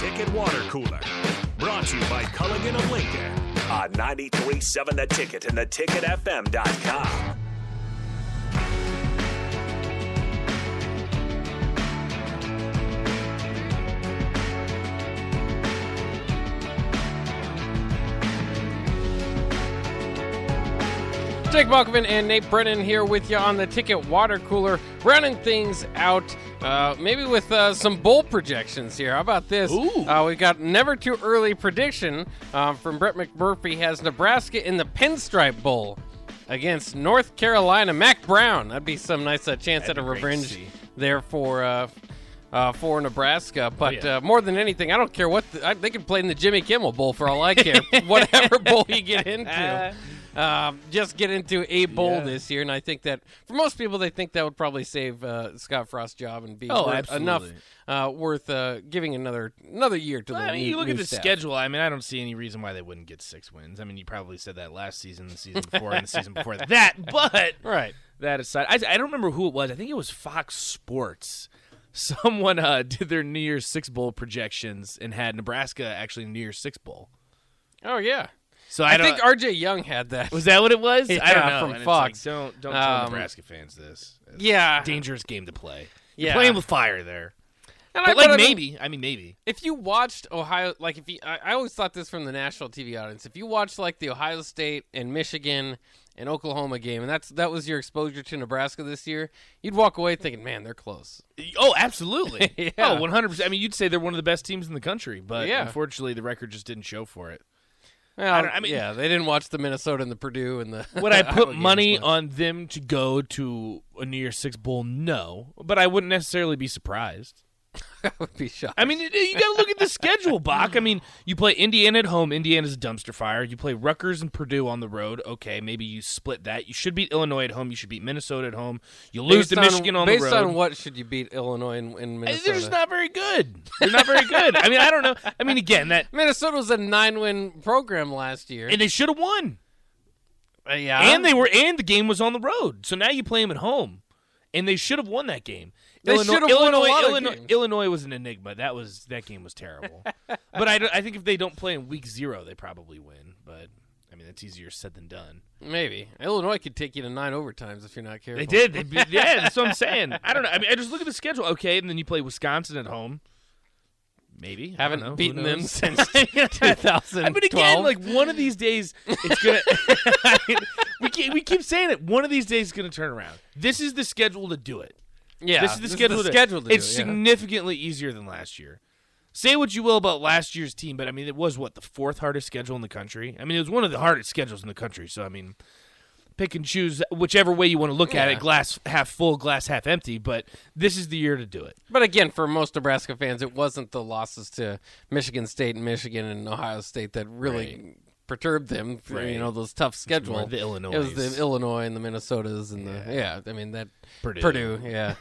Ticket Water Cooler. Brought to you by Culligan of Lincoln on 937 The Ticket and theticketfm.com. Jake Malkovin and Nate Brennan here with you on the Ticket Water Cooler, rounding things out. Uh, maybe with uh, some bowl projections here. How about this? Uh, we got never too early prediction um, from Brett McMurphy has Nebraska in the Pinstripe Bowl against North Carolina. Mac Brown. That'd be some nice uh, chance at a be great to revenge see. there for uh, uh, for Nebraska. But Oh, yeah. uh, more than anything, I don't care what the, I, they could play in the Jimmy Kimmel Bowl for all I care. Whatever bowl you get into, um, just get into a bowl Yeah. this year. And I think that for most people, they think that would probably save uh, Scott Frost's job and be Oh, worth- absolutely. enough uh, worth uh, giving another another year to the. I mean, new- you look at new the staff. schedule. I mean, I don't see any reason why they wouldn't get six wins. I mean, you probably said that last season, the season before, and the season before that. But right? that aside, I, I don't remember who it was. I think it was Fox Sports. Someone uh, did their New Year's Six Bowl projections and had Nebraska actually New Year's Six Bowl. Oh yeah. So I, I, think don't, RJ Young had that. was that what it was? I don't Yeah, know. from And it's Fox. like, don't don't tell Um, Nebraska fans this. It's yeah, a dangerous game to play. Yeah. You're playing with fire there. And I- But like I mean- maybe, I mean maybe. if you watched Ohio, like if you, I, I always thought this from the national TV audience. If you watched like the Ohio State and Michigan and Oklahoma game, and that's that was your exposure to Nebraska this year, you'd walk away thinking, man, they're close. Oh, absolutely. Yeah. Oh, 100%. I mean, you'd say they're one of the best teams in the country, but Yeah. unfortunately, the record just didn't show for it. Well, don't- I mean- yeah, they didn't watch the Minnesota and the Purdue and the. Would I Iowa put games money much. on them to go to a New Year's Six Bowl? No, but I wouldn't necessarily be surprised. I would be shocked. I mean, it- you got to look at the schedule, Bach. I mean, you play Indiana at home. Indiana's a dumpster fire. You play Rutgers and Purdue on the road. Okay, maybe you split that. You should beat Illinois at home. You should beat Minnesota at home. You Based lose to Michigan on, based the road. on what should you beat Illinois and, and Uh, Minnesota? They're just not very good. They're not very good. I mean, I don't know. I mean, again, that Minnesota was a nine-win program last year. and they should have won. Uh, yeah, and they were and the game was on the road. So now you play them at home, and they should have won that game. They Illinois, should have won a Illinois, lot of Illinois, games. Illinois was an enigma. That was that game was terrible. but I, don't- I think if they don't play in week zero, they probably win. But I mean, that's easier said than done. maybe Illinois could take you to nine overtimes if you're not careful. They did. They, beat- yeah, that's what I'm saying. I don't know. I mean, I just look at the schedule. Okay, and then you play Wisconsin at home. Maybe I Haven't don't know. Who beaten them knows? since 2012. I mean, again, like one of these days, it's gonna. I mean, we keep, we keep saying it. One of these days, it's gonna turn around. This is the schedule to do it. yeah, this is the schedule. to- schedule to it's do, yeah. significantly easier than last year. Say what you will about last year's team, but I mean, it was what the fourth hardest schedule in the country. I mean, it was one of the hardest schedules in the country. So I mean, pick and choose whichever way you want to look at Yeah. it. Glass half full, glass half empty. But this is the year to do it. But again, for most Nebraska fans, it wasn't the losses to Michigan State and Michigan and Ohio State that really perturbed them. For, You Right. know those tough schedule. more the It was the Illinois. Illinois and the Minnesotas and the yeah. I mean that Purdue. Purdue. Yeah,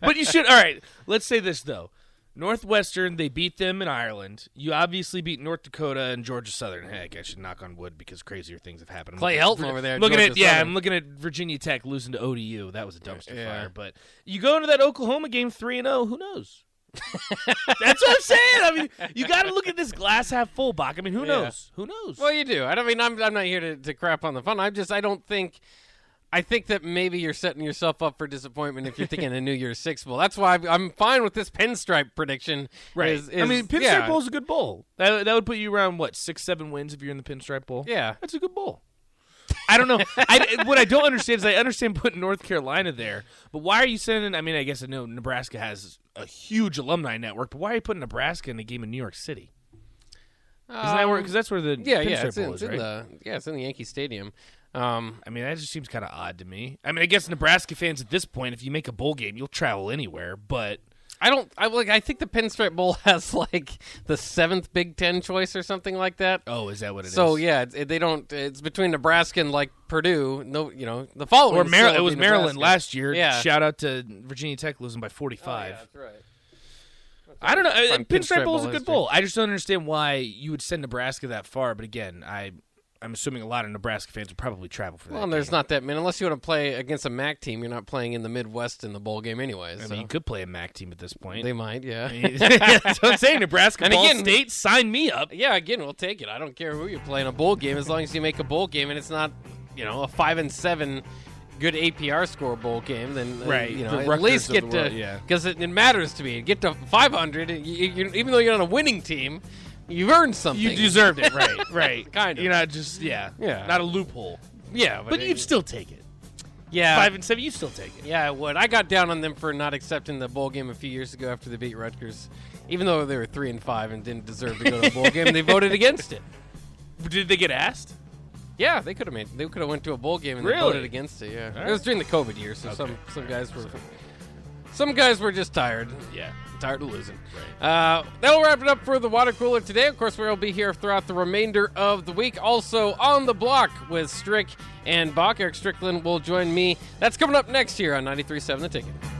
but you should. All right. Let's say this though. Northwestern, they beat them in Ireland. You obviously beat North Dakota and Georgia Southern. Heck, I should knock on wood because crazier things have happened. I'm Clay looking- Helton over there at Looking at Georgia yeah, Southern. I'm looking at Virginia Tech losing to ODU. That was a dumpster Yeah. fire. But you go into that Oklahoma game three and zero. Who knows? That's what I'm saying. I mean, you got to look at this glass half full, Bach. I mean, who Yeah. knows? Who knows? Well, you do. I don't mean I'm I'm not here to, to crap on the fun. I'm just I don't think. I think that maybe you're setting yourself up for disappointment if you're thinking a New Year's Six bowl. That's why I'm- I'm fine with this pinstripe prediction. is- I is- mean, Pinstripe yeah. Bowl's a good bowl. That, that would put you around what six, seven wins if you're in the Pinstripe Bowl. Yeah. that's a good bowl. I don't know. I, what I don't understand is I understand putting North Carolina there, but why are you sending? I mean, I guess I know Nebraska has a huge alumni network, but why are you putting Nebraska in a game in New York City? Uh, Isn't that where? Because that's where the Um, Yeah, Pinstripe yeah, it's, in, Bowl it's in is, right? the yeah, it's in the Yankee Stadium. Um, I mean, that just seems kind of odd to me. I mean, I guess Nebraska fans at this point, if you make a bowl game, you'll travel anywhere, but. I don't. I like. I think the Pinstripe Bowl has like the seventh Big Ten choice or something like that. Oh, is that what it is? so yeah, it's- it, they don't. It's between Nebraska and like Purdue. No, you know the following. Or is Maryland. still It was be Maryland Nebraska. last year. Yeah. Shout out to Virginia Tech losing by 45. Oh, Yeah, that's right. I don't know. Uh, Fun Pinstripe Pinstripe Bowl is Bowl a good history. bowl. I just don't understand why you would send Nebraska that far. But again, I I'm assuming a lot of Nebraska fans would probably travel for that. Well, and there's not that many. Unless you want to play against a MAC team, you're not playing in the Midwest in the bowl game anyway. I so mean, you could play a MAC team at this point. they might, yeah. That's what I'm saying. Nebraska And Ball again- State, sign me up. Yeah, again, we'll take it. I don't care who you play in a bowl game as long as you make a bowl game and it's not, you know, a five and seven good APR score bowl game. Then uh, Right, you the know, at Rutgers least of the get world, to yeah. because it, it matters to me. Get to five hundred, even though you're on a winning team, you've earned something. You deserved it, right? Right. Kind of. You're not just yeah, Yeah. Not a loophole, yeah, but you'd still take it. yeah. Five and seven, you still take it. yeah, I would. I got down on them for not accepting the bowl game a few years ago after they beat Rutgers, even though they were three and five and didn't deserve to go to a bowl game. They voted against it. Did they get asked? Yeah, they could have made. They could have went to a bowl game and they Really? voted against it. Yeah, right. it was during the COVID year, so some some guys were some guys were just tired, Yeah. tired of losing. Uh, that'll wrap it up for the water cooler today. Of course, we'll be here throughout the remainder of the week. Also on the block with Strick and Bach. Eric Strickland will join me. That's coming up next year on 93.7 The Ticket.